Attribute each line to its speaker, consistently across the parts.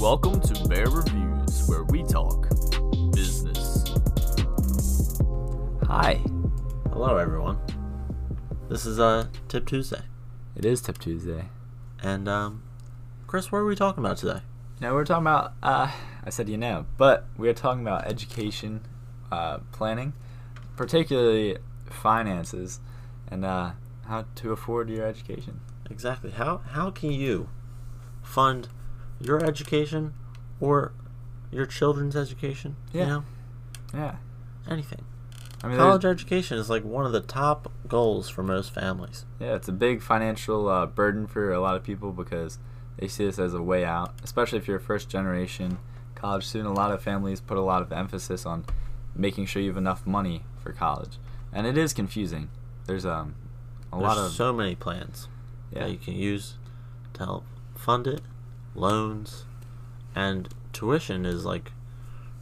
Speaker 1: Welcome to Bear Reviews, where we talk business.
Speaker 2: Hi. Hello, everyone. This is uh, Tip Tuesday.
Speaker 1: It is Tip Tuesday.
Speaker 2: And, um, Chris, what are we talking about today?
Speaker 1: Now we're talking about, uh, I said you know, but we are talking about education uh, planning, particularly finances, and uh, how to afford your education.
Speaker 2: Exactly. How, how can you fund your education or your children's education?
Speaker 1: Yeah.
Speaker 2: You know,
Speaker 1: Yeah.
Speaker 2: anything.
Speaker 1: I mean,
Speaker 2: College
Speaker 1: there's-
Speaker 2: education is like one of the top goals for most families.
Speaker 1: yeah, it's a big financial uh, burden for a lot of people because they see this as a way out, especially if you're a first generation college student. A lot of families put a lot of emphasis on making sure you have enough money for college, and it is confusing. There's um, a
Speaker 2: There's
Speaker 1: lot of
Speaker 2: so many plans
Speaker 1: yeah,
Speaker 2: that you can use to help fund it, loans, and tuition is like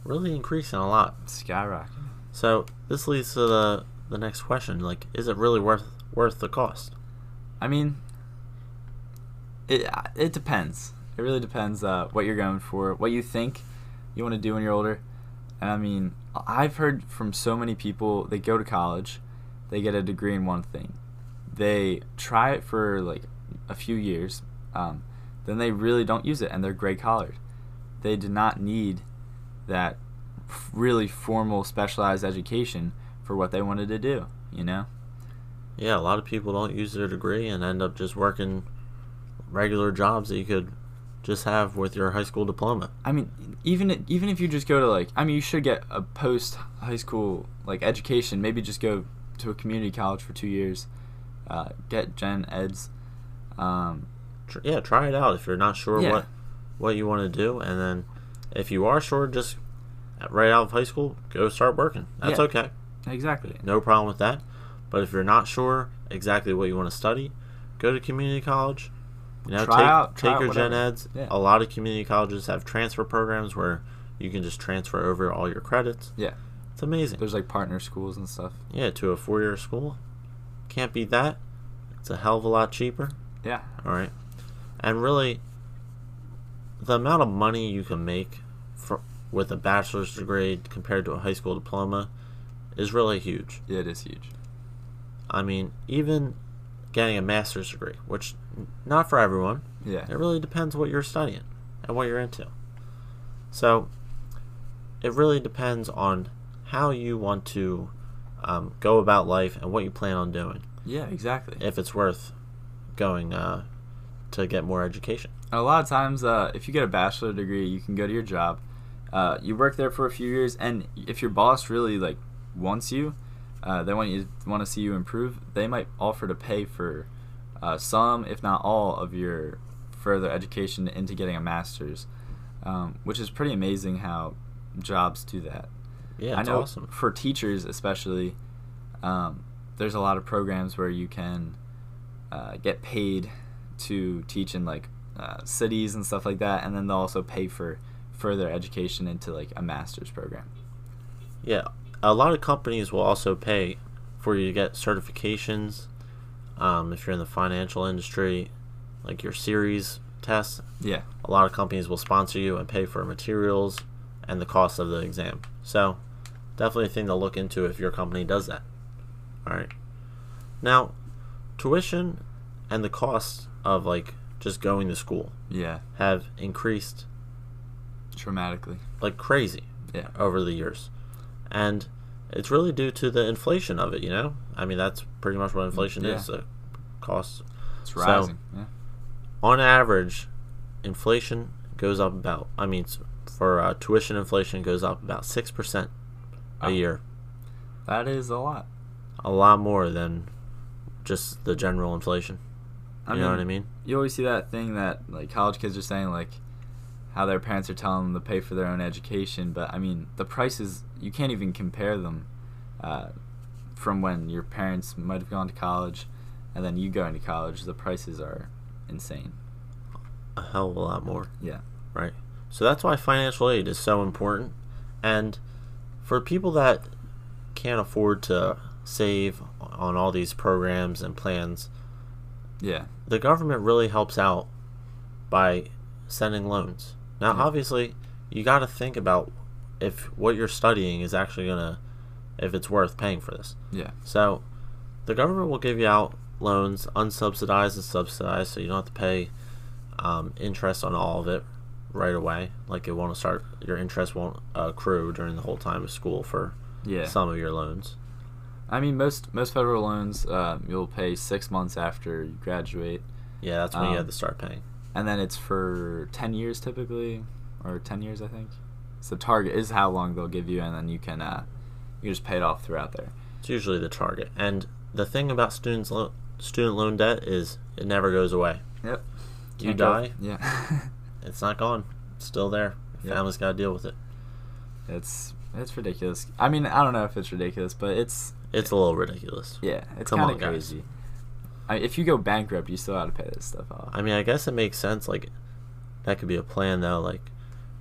Speaker 2: really increasing a lot.
Speaker 1: skyrocket.
Speaker 2: So this leads to the the next question: like, is it really worth worth the cost?
Speaker 1: I mean, it it depends. It really depends uh, what you're going for, what you think you want to do when you're older. And I mean, I've heard from so many people they go to college, they get a degree in one thing, they try it for like a few years, um, then they really don't use it and they're gray collared. They do not need that f- really formal specialized education for what they wanted to do. You know.
Speaker 2: Yeah, a lot of people don't use their degree and end up just working regular jobs that you could just have with your high school diploma.
Speaker 1: I mean, even even if you just go to like, I mean, you should get a post high school like education. Maybe just go to a community college for two years, uh, get gen eds. Um,
Speaker 2: Tr- Yeah, try it out if you're not sure
Speaker 1: Yeah.
Speaker 2: what what you want to do, and then if you are sure, just right out of high school, go start working. That's
Speaker 1: Yeah.
Speaker 2: okay,
Speaker 1: exactly.
Speaker 2: no problem with that. But if you're not sure exactly what you want to study, go to community college. You know,
Speaker 1: Try
Speaker 2: take,
Speaker 1: out-
Speaker 2: take
Speaker 1: try out
Speaker 2: your gen
Speaker 1: whatever.
Speaker 2: eds.
Speaker 1: Yeah.
Speaker 2: A lot of community colleges have transfer programs where you can just transfer over all your credits.
Speaker 1: Yeah,
Speaker 2: It's amazing.
Speaker 1: there's like partner schools and stuff.
Speaker 2: yeah, to a four year school. Can't beat that. It's a hell of a lot cheaper.
Speaker 1: Yeah,
Speaker 2: All right. And really, the amount of money you can make for, with a bachelor's degree compared to a high school diploma is really huge.
Speaker 1: yeah, it is huge.
Speaker 2: I mean, even getting a master's degree, which n- not for everyone.
Speaker 1: Yeah,
Speaker 2: It really depends what you're studying and what you're into. So, it really depends on how you want to um, go about life and what you plan on doing.
Speaker 1: yeah, exactly.
Speaker 2: If it's worth going uh, to get more education.
Speaker 1: a lot of times uh, if you get a bachelor degree you can go to your job uh, you work there for a few years and if your boss really like wants you uh, they want you want to see you improve they might offer to pay for uh, some if not all of your further education into getting a master's um, which is pretty amazing how jobs do that
Speaker 2: Yeah,
Speaker 1: I
Speaker 2: it's
Speaker 1: know
Speaker 2: awesome.
Speaker 1: for teachers especially, um, there's a lot of programs where you can uh, get paid to teach in like uh, cities and stuff like that, and then they'll also pay for further education into like a master's program.
Speaker 2: Yeah, a lot of companies will also pay for you to get certifications. Um, if you're in the financial industry, like your series tests,
Speaker 1: Yeah,
Speaker 2: a lot of companies will sponsor you and pay for materials and the cost of the exam. So, definitely a thing to look into if your company does that. All right. Now, tuition and the cost of like just going to school
Speaker 1: yeah,
Speaker 2: have increased
Speaker 1: dramatically.
Speaker 2: like crazy
Speaker 1: Yeah.
Speaker 2: over the years. And it's really due to the inflation of it, you know? I mean, that's pretty much what inflation
Speaker 1: Yeah.
Speaker 2: is. The costs.
Speaker 1: It's
Speaker 2: So-
Speaker 1: rising. yeah.
Speaker 2: On average, inflation goes up about, I mean, s- for uh, tuition, inflation goes up about 6%
Speaker 1: Wow.
Speaker 2: a year.
Speaker 1: That is a lot.
Speaker 2: A lot more than just the general inflation. You know what I mean?
Speaker 1: you always see that thing that like college kids are saying like how their parents are telling them to pay for their own education but i mean the prices you can't even compare them uh, from when your parents might have gone to college and then you going to college the prices are insane
Speaker 2: A hell of a lot more.
Speaker 1: yeah
Speaker 2: Right. So that's why financial aid is so important. And for people that can't afford to save on all these programs and plans,
Speaker 1: Yeah.
Speaker 2: the government really helps out by sending loans. Now,
Speaker 1: Yeah.
Speaker 2: obviously, you got to think about if what you're studying is actually going to, if it's worth paying for this.
Speaker 1: Yeah.
Speaker 2: So, the government will give you out loans unsubsidized and subsidized, so you don't have to pay um, interest on all of it right away. Like it won't start, your interest won't accrue during the whole time of school for
Speaker 1: Yeah.
Speaker 2: some of your loans.
Speaker 1: I mean, most most federal loans um, you'll pay six months after you graduate,
Speaker 2: Yeah, that's when
Speaker 1: Um,
Speaker 2: you have to start paying.
Speaker 1: and then it's for ten years typically, or ten years I think. So target is how long they'll give you, and then you can uh, you just pay it off throughout there.
Speaker 2: It's usually the target. And the thing about students lo- student loan debt is it never goes away.
Speaker 1: Yep.
Speaker 2: You
Speaker 1: Can't go-
Speaker 2: die,
Speaker 1: Yeah.
Speaker 2: it's not gone. It's still there.
Speaker 1: Yeah.
Speaker 2: Family's got to deal with it.
Speaker 1: it's it's ridiculous. I mean, I don't know if it's ridiculous, but it's
Speaker 2: It's a little ridiculous.
Speaker 1: yeah, it's
Speaker 2: Come
Speaker 1: kind
Speaker 2: on,
Speaker 1: of
Speaker 2: guys.
Speaker 1: crazy. I, if you go bankrupt, you still have to pay this stuff off.
Speaker 2: I mean, I guess it makes sense. Like, that could be a plan, though. Like,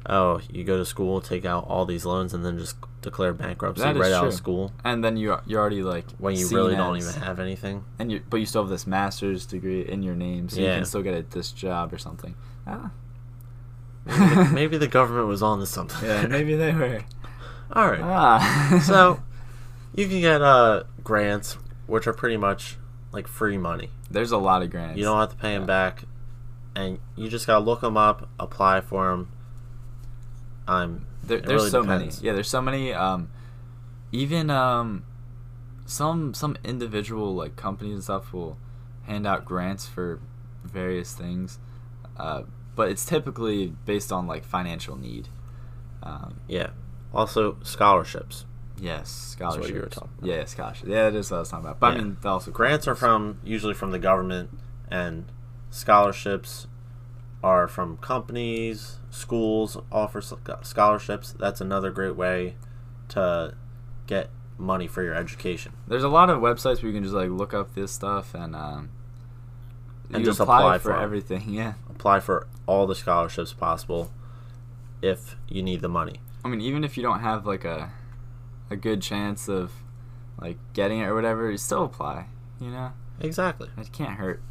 Speaker 2: oh, you go to school, take out all these loans, and then just declare bankruptcy
Speaker 1: That is
Speaker 2: right out of
Speaker 1: true.
Speaker 2: school
Speaker 1: and then you are- you're already like
Speaker 2: when you
Speaker 1: seen
Speaker 2: really don't
Speaker 1: as-
Speaker 2: even have anything.
Speaker 1: and you but you still have this master's degree in your name, so you
Speaker 2: Yeah.
Speaker 1: can still get a this job or something. Ah.
Speaker 2: Maybe, maybe the government was on to something.
Speaker 1: yeah, maybe they were.
Speaker 2: all right.
Speaker 1: Ah.
Speaker 2: so you can get uh grants which are pretty much like free money
Speaker 1: there's a lot of grants.
Speaker 2: you don't have to pay them back and you just gotta look them up apply for them i'm
Speaker 1: There,
Speaker 2: it
Speaker 1: there's
Speaker 2: really
Speaker 1: so
Speaker 2: depends.
Speaker 1: many. Yeah, there's so many. Um, even um, some some individual like companies and stuff will hand out grants for various things, uh, but it's typically based on like financial need. Um,
Speaker 2: yeah also scholarships
Speaker 1: yes,
Speaker 2: what you
Speaker 1: scholarships.
Speaker 2: were talking about.
Speaker 1: Yeah, scholarships. Yeah, that is what I was talking about. But
Speaker 2: Yeah.
Speaker 1: I mean, they're also
Speaker 2: grants are from usually from the government and scholarships are from companies schools offer s- scholarships that's another great way to get money for your education
Speaker 1: There's a lot of websites where you can just like look up this stuff and um,
Speaker 2: And
Speaker 1: you
Speaker 2: just
Speaker 1: apply,
Speaker 2: apply
Speaker 1: for
Speaker 2: for 'em.
Speaker 1: everything. Yeah,
Speaker 2: apply for all the scholarships possible if you need the money.
Speaker 1: I mean, even if you don't have like a a good chance of like getting it or whatever, you still apply. You know,
Speaker 2: Exactly.
Speaker 1: it can't hurt.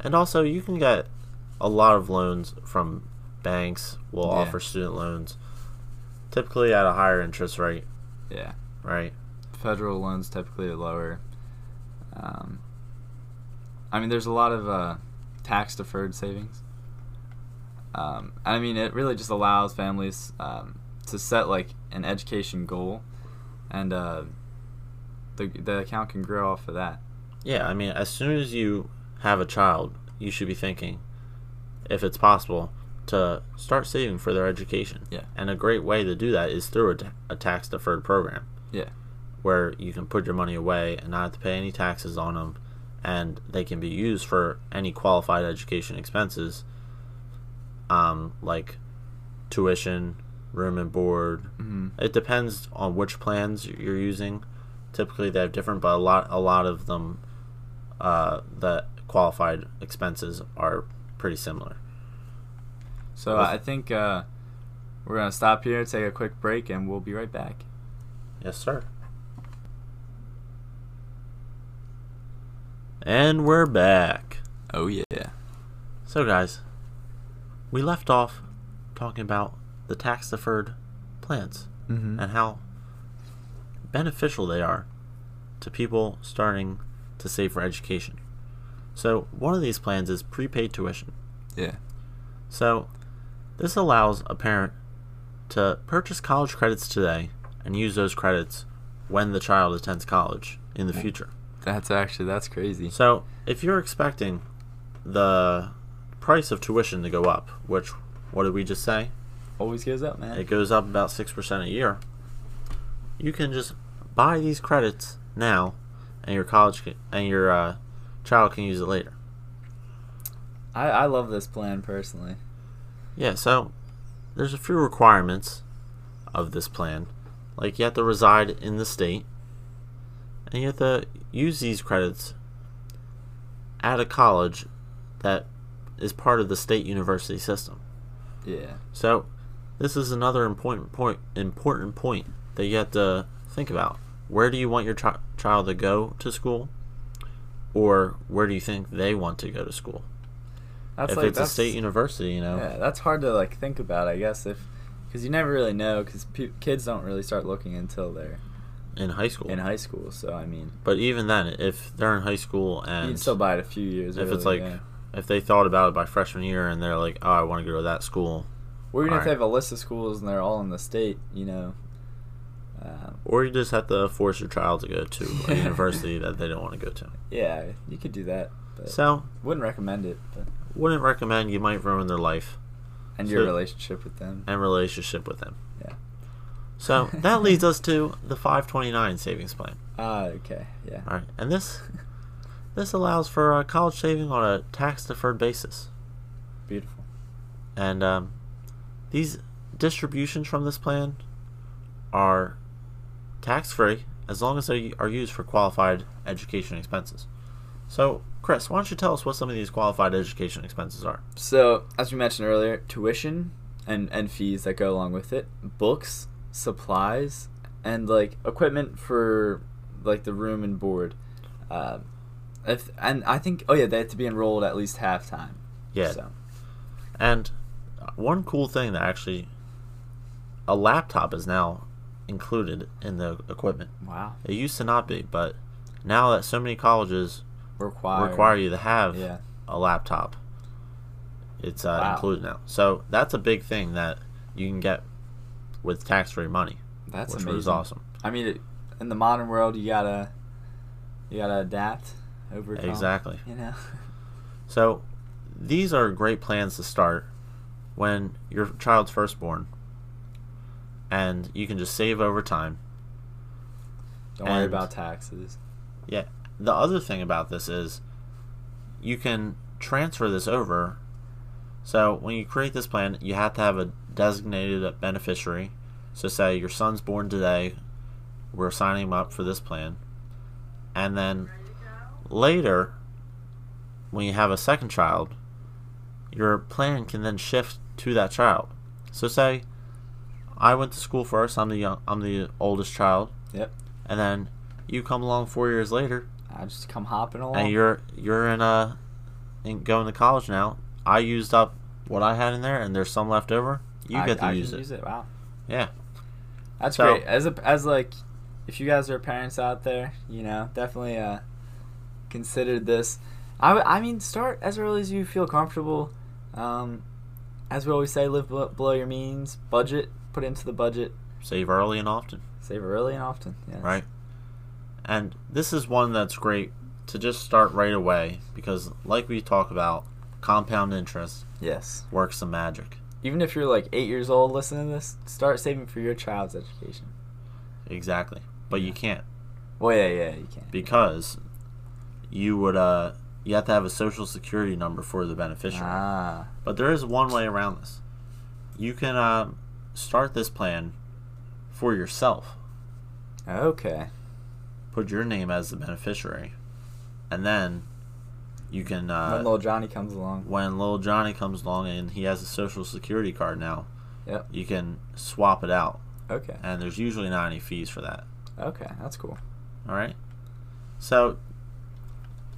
Speaker 2: And also, you can get a lot of loans from banks will
Speaker 1: Yeah.
Speaker 2: offer student loans typically at a higher interest rate,
Speaker 1: Yeah,
Speaker 2: right?
Speaker 1: federal loans typically are lower. Um, I mean, there's a lot of uh, tax deferred savings. Um, I mean, it really just allows families um, to set like an education goal, and uh, the the account can grow off of that.
Speaker 2: Yeah, I mean, as soon as you have a child, you should be thinking if it's possible to start saving for their education.
Speaker 1: Yeah.
Speaker 2: And a great way to do that is through a, ta- a tax deferred program.
Speaker 1: Yeah.
Speaker 2: where you can put your money away and not have to pay any taxes on them, and they can be used for any qualified education expenses, um, like tuition, room and board.
Speaker 1: hmm
Speaker 2: It depends on which plans you're using. Typically, they have different, but a lot a lot of them, uh, the qualified expenses are pretty similar.
Speaker 1: So I think uh, we're gonna stop here, take a quick break, and we'll be right back.
Speaker 2: Yes, sir. And we're back.
Speaker 1: Oh yeah.
Speaker 2: So, guys, we left off talking about the tax deferred plans
Speaker 1: Mm-hmm.
Speaker 2: and how beneficial they are to people starting to save for education. So, one of these plans is prepaid tuition.
Speaker 1: Yeah.
Speaker 2: So, this allows a parent to purchase college credits today and use those credits when the child attends college in the future.
Speaker 1: That's actually that's crazy.
Speaker 2: So, if you're expecting the price of tuition to go up, which what did we just say?
Speaker 1: Always goes up, man.
Speaker 2: It goes up about 6% a year. You can just buy these credits now and your college can, and your uh, child can use it later.
Speaker 1: I I love this plan personally.
Speaker 2: Yeah, so there's a few requirements of this plan. Like you have to reside in the state and you have to use these credits at a college that is part of the state university system.
Speaker 1: Yeah.
Speaker 2: So this is another important point important point that you have to think about where do you want your chi- child to go to school, or where do you think they want to go to school?
Speaker 1: That's
Speaker 2: if
Speaker 1: like
Speaker 2: it's a
Speaker 1: that's,
Speaker 2: state university, you know,
Speaker 1: yeah, that's hard to like think about. I guess if because you never really know because pe- kids don't really start looking until they're
Speaker 2: in high school.
Speaker 1: in high school. So I mean,
Speaker 2: but even then, if they're in high school
Speaker 1: you
Speaker 2: and
Speaker 1: can still buy it a few years.
Speaker 2: if it's
Speaker 1: early,
Speaker 2: like
Speaker 1: yeah.
Speaker 2: if they thought about it by freshman year and they're like, oh, I want to go to that school,
Speaker 1: or even if
Speaker 2: alright.
Speaker 1: they have a list of schools and they're all in the state, you know. Uh,
Speaker 2: or you just have to force your child to go to a university that they don't want to go to.
Speaker 1: yeah, you could do that, but
Speaker 2: So,
Speaker 1: wouldn't recommend it. But
Speaker 2: wouldn't recommend. You might ruin their life
Speaker 1: and your
Speaker 2: So-
Speaker 1: relationship with them.
Speaker 2: and relationship with them.
Speaker 1: Yeah.
Speaker 2: So that leads us to the 529 savings plan.
Speaker 1: Ah, okay, yeah.
Speaker 2: All right, and this this allows for uh, college saving on a tax deferred basis,
Speaker 1: Beautiful.
Speaker 2: and um, these distributions from this plan are tax free as long as they are used for qualified education expenses. So, Chris, why don't you tell us what some of these qualified education expenses are?
Speaker 1: So, as we mentioned earlier, tuition and and fees that go along with it, books, supplies, and like equipment for like the room and board. Um, if and I think oh yeah, they have to be enrolled at least half time.
Speaker 2: Yeah,
Speaker 1: So,
Speaker 2: And uh, one cool thing that actually a laptop is now included in the equipment.
Speaker 1: wow.
Speaker 2: It used to not be, but now that so many colleges
Speaker 1: Require.
Speaker 2: require you to have
Speaker 1: Yeah.
Speaker 2: a laptop, it's uh,
Speaker 1: Wow.
Speaker 2: included now. So that's a big thing that you can get with tax-free money,
Speaker 1: That's
Speaker 2: which
Speaker 1: amazing.
Speaker 2: was awesome.
Speaker 1: I mean, it, in the modern world, you gotta you gotta adapt, overcome.
Speaker 2: Exactly.
Speaker 1: You know.
Speaker 2: So these are great plans to start when your child's firstborn, and you can just save over time.
Speaker 1: Don't worry
Speaker 2: And-
Speaker 1: about taxes.
Speaker 2: Yeah. The other thing about this is you can transfer this over. So when you create this plan, you have to have a designated beneficiary. So say your son's born today, we're signing him up for this plan. And then later when you have a second child, your plan can then shift to that child. So say I went to school first, I'm the young, I'm the oldest child
Speaker 1: Yep.
Speaker 2: and then you come along four years later
Speaker 1: I just come hopping along.
Speaker 2: and you're you're in uh in going to college now i used up what i had in there and there's some left over you
Speaker 1: I-
Speaker 2: get to
Speaker 1: I
Speaker 2: use,
Speaker 1: can
Speaker 2: it.
Speaker 1: use it. Wow.
Speaker 2: yeah
Speaker 1: That's
Speaker 2: So-
Speaker 1: great. As a, as like, if you guys are parents out there, you know, definitely uh, consider this. I, w- I mean, start as early as you feel comfortable. Um, as we always say, live bel- below your means. Budget, put into the budget.
Speaker 2: save early and often
Speaker 1: Save early and often. Yes.
Speaker 2: right and this is one that's great to just start right away because like we talk about compound interest
Speaker 1: Yes.
Speaker 2: works some magic
Speaker 1: Even if you're like eight years old listening to this, start saving for your child's education.
Speaker 2: exactly but you
Speaker 1: Yeah.
Speaker 2: can't
Speaker 1: Well, yeah, yeah, you can.
Speaker 2: because you would uh you have to have a social security number for the beneficiary
Speaker 1: Ah,
Speaker 2: But there is one way around this. You can um, start this plan for yourself.
Speaker 1: okay.
Speaker 2: Put your name as the beneficiary, and then you can uh,
Speaker 1: when little Johnny comes along.
Speaker 2: when little Johnny comes along and he has a social security card now.
Speaker 1: Yep.
Speaker 2: You can swap it out,
Speaker 1: Okay.
Speaker 2: and there's usually not any fees for that.
Speaker 1: Okay, that's cool.
Speaker 2: All right. So,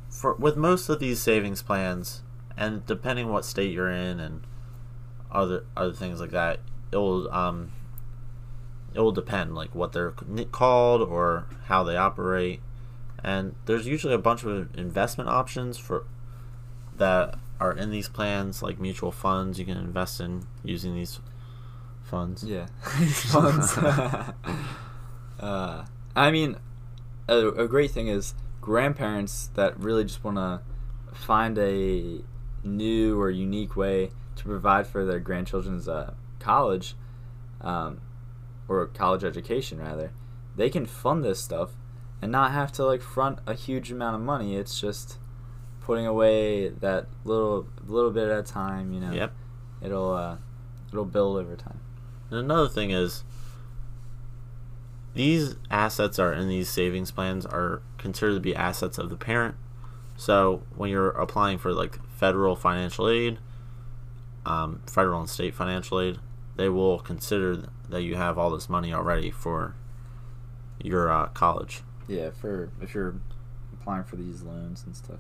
Speaker 2: for with most of these savings plans, and depending what state you're in and other other things like that, it will um, it will depend like what they're c- called or how they operate, and there's usually a bunch of investment options for that are in these plans like mutual funds you can invest in using these funds.
Speaker 1: Yeah. Funds. uh, I mean, a, a great thing is grandparents that really just want to find a new or unique way to provide for their grandchildren's uh, college um, or college education, rather. They can fund this stuff and not have to like front a huge amount of money. It's just putting away that little little bit at a time. You know,
Speaker 2: Yep.
Speaker 1: it'll uh, it'll build over time.
Speaker 2: And another thing is these assets are in these savings plans are considered to be assets of the parent. So when you're applying for like federal financial aid, um, federal and state financial aid, they will consider that you have all this money already for your uh, college.
Speaker 1: Yeah, for if you're applying for these loans and stuff.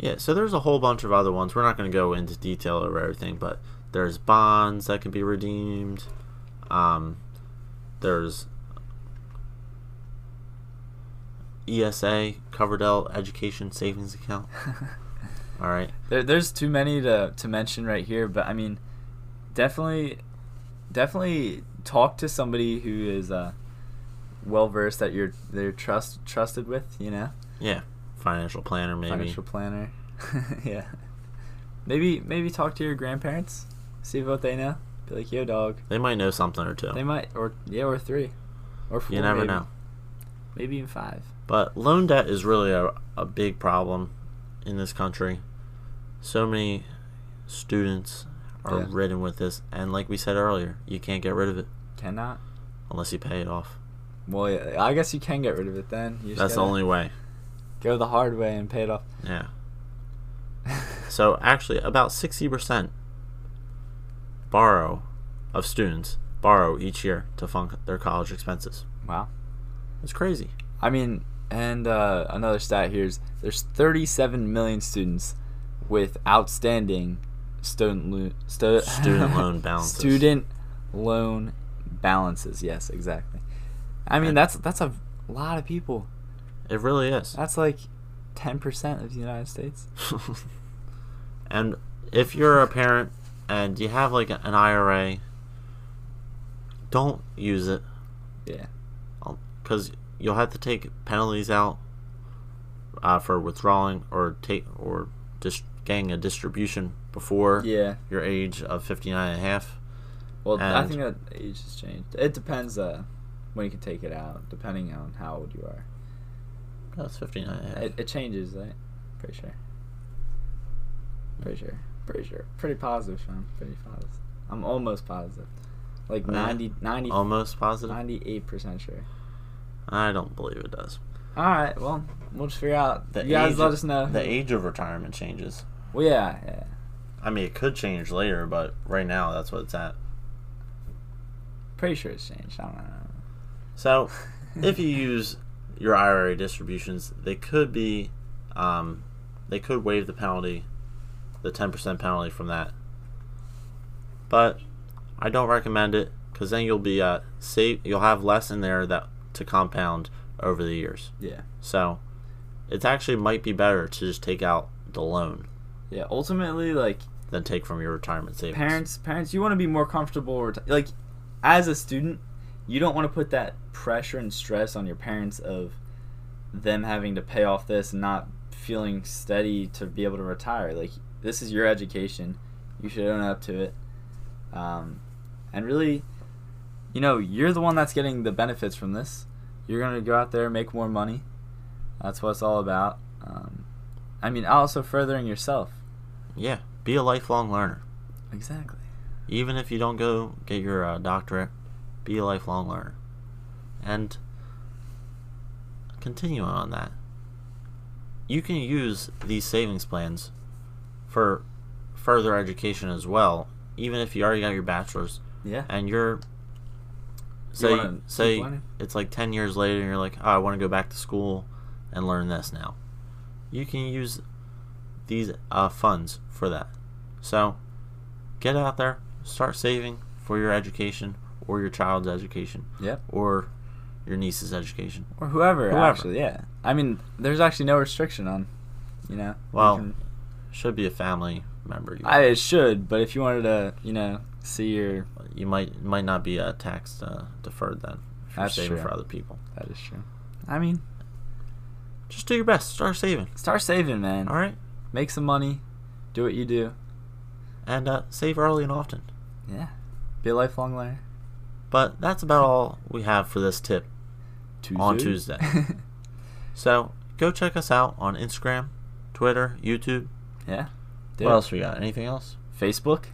Speaker 2: Yeah, so there's a whole bunch of other ones. We're not going to go into detail over everything, but there's bonds that can be redeemed. Um, there's E ESA, Coverdell Education Savings Account. All right.
Speaker 1: There, there's too many to, to mention right here, but I mean, definitely, definitely talk to somebody who is uh, well versed that you're they're trust trusted with. You know,
Speaker 2: Yeah. Financial planner, maybe.
Speaker 1: financial planner. yeah, maybe maybe talk to your grandparents, see what they know. Be like, yo, dog.
Speaker 2: They might know something or two.
Speaker 1: They might, or yeah, or three, or four.
Speaker 2: you never
Speaker 1: maybe.
Speaker 2: know.
Speaker 1: Maybe even five.
Speaker 2: But loan debt is really a, a big problem in this country. So many students are
Speaker 1: Yeah.
Speaker 2: ridden with this. And like we said earlier, you can't get rid of it
Speaker 1: Cannot.
Speaker 2: unless you pay it off.
Speaker 1: Well, yeah, I guess you can get rid of it then. You just
Speaker 2: That's the
Speaker 1: gotta
Speaker 2: only way.
Speaker 1: go the hard way and pay it off.
Speaker 2: Yeah. So actually, about 60% borrow of students borrow each year to fund their college expenses.
Speaker 1: wow.
Speaker 2: It's crazy.
Speaker 1: I mean, and uh, another stat here is there's 37 million students with outstanding student lo- stu-
Speaker 2: Student loan balances.
Speaker 1: Student loan balances. Yes, exactly. I mean,
Speaker 2: And-
Speaker 1: that's that's a lot of people.
Speaker 2: It really is.
Speaker 1: That's like 10% of the United States.
Speaker 2: and if you're a parent and you have like an IRA, don't use it
Speaker 1: Yeah.
Speaker 2: because you'll have to take penalties out uh, for withdrawing or take or just getting a distribution before
Speaker 1: Yeah.
Speaker 2: your age of 59 and a half.
Speaker 1: Well, I
Speaker 2: And-
Speaker 1: think that age has changed. It depends uh, when you can take it out, depending on how old you are.
Speaker 2: That's 59 and a half.
Speaker 1: It, it changes, right? Pretty sure. Pretty sure. Pretty sure. Pretty positive, Sean. Pretty positive. I'm almost positive. Like
Speaker 2: Oh, yeah?
Speaker 1: 90, 90,
Speaker 2: Almost positive.
Speaker 1: 98% sure.
Speaker 2: I don't believe it does.
Speaker 1: All right, well, we'll just figure out. you guys let us know.
Speaker 2: The age of retirement changes.
Speaker 1: Well, yeah, yeah.
Speaker 2: I mean, it could change later, but right now that's what it's at.
Speaker 1: Pretty sure it's changed. I don't know.
Speaker 2: So, if you use your IRA distributions, they could be, um, they could waive the penalty, the ten percent penalty from that. But I don't recommend it because then you'll be uh, save you'll have less in there that to compound over the years.
Speaker 1: Yeah.
Speaker 2: So, it actually might be better to just take out the loan
Speaker 1: Yeah, ultimately, like,
Speaker 2: than take from your retirement savings.
Speaker 1: parents parents you want to be more comfortable or t- like as a student you don't want to put that pressure and stress on your parents of them having to pay off this and not feeling steady to be able to retire like this is your education you should own up to it um, and really you know you're the one that's getting the benefits from this you're going to go out there make more money that's what it's all about um, i mean also furthering yourself
Speaker 2: Yeah, be a lifelong learner.
Speaker 1: exactly
Speaker 2: even if you don't go get your uh, doctorate, be a lifelong learner. And continuing on that, you can use these savings plans for further education as well, even if you already got your bachelor's
Speaker 1: yeah
Speaker 2: and you're say
Speaker 1: wanna keep
Speaker 2: say
Speaker 1: learning?
Speaker 2: it's like 10 years later and you're like oh, i want to go back to school and learn this now you can use these uh, funds for that so get out there start saving for your education or your child's education
Speaker 1: yeah
Speaker 2: or your niece's education
Speaker 1: or whoever,
Speaker 2: Whoever.
Speaker 1: actually yeah i mean there's actually no restriction on you know you
Speaker 2: Well,
Speaker 1: can-
Speaker 2: should be a family member you,
Speaker 1: i it should but if you wanted to you know see your
Speaker 2: you might might not be uh, tax uh, deferred then if you're
Speaker 1: That's
Speaker 2: saving
Speaker 1: true.
Speaker 2: for other people
Speaker 1: that is true i mean
Speaker 2: just do your best start saving
Speaker 1: start saving man
Speaker 2: all right
Speaker 1: make some money do what you do
Speaker 2: and uh, save early and often
Speaker 1: yeah be a lifelong learner
Speaker 2: But that's about all we have for this tip. On Tuesday. So go check us out on Instagram, Twitter, YouTube.
Speaker 1: yeah do
Speaker 2: What
Speaker 1: it.
Speaker 2: else we got? Anything else?
Speaker 1: facebook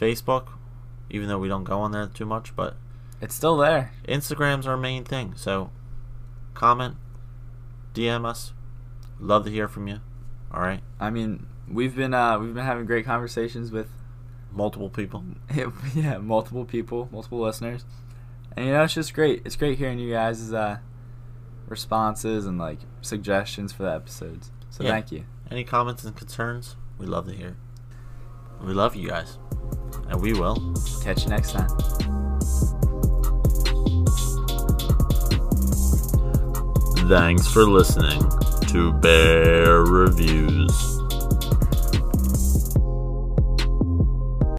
Speaker 2: Facebook, even though we don't go on there too much, but
Speaker 1: it's still there
Speaker 2: Instagram's our main thing. So comment, DM us. Love to hear from you. All right.
Speaker 1: i mean we've been uh we've been having great conversations with
Speaker 2: Multiple people.
Speaker 1: yeah multiple people multiple listeners And you know, it's just great. It's great hearing you guys' uh, responses and like suggestions for the episodes. So
Speaker 2: Yeah.
Speaker 1: thank you.
Speaker 2: Any comments and concerns? We love to hear. We love you guys, and we will.
Speaker 1: Catch you next time.
Speaker 2: Thanks for listening to Bear Reviews.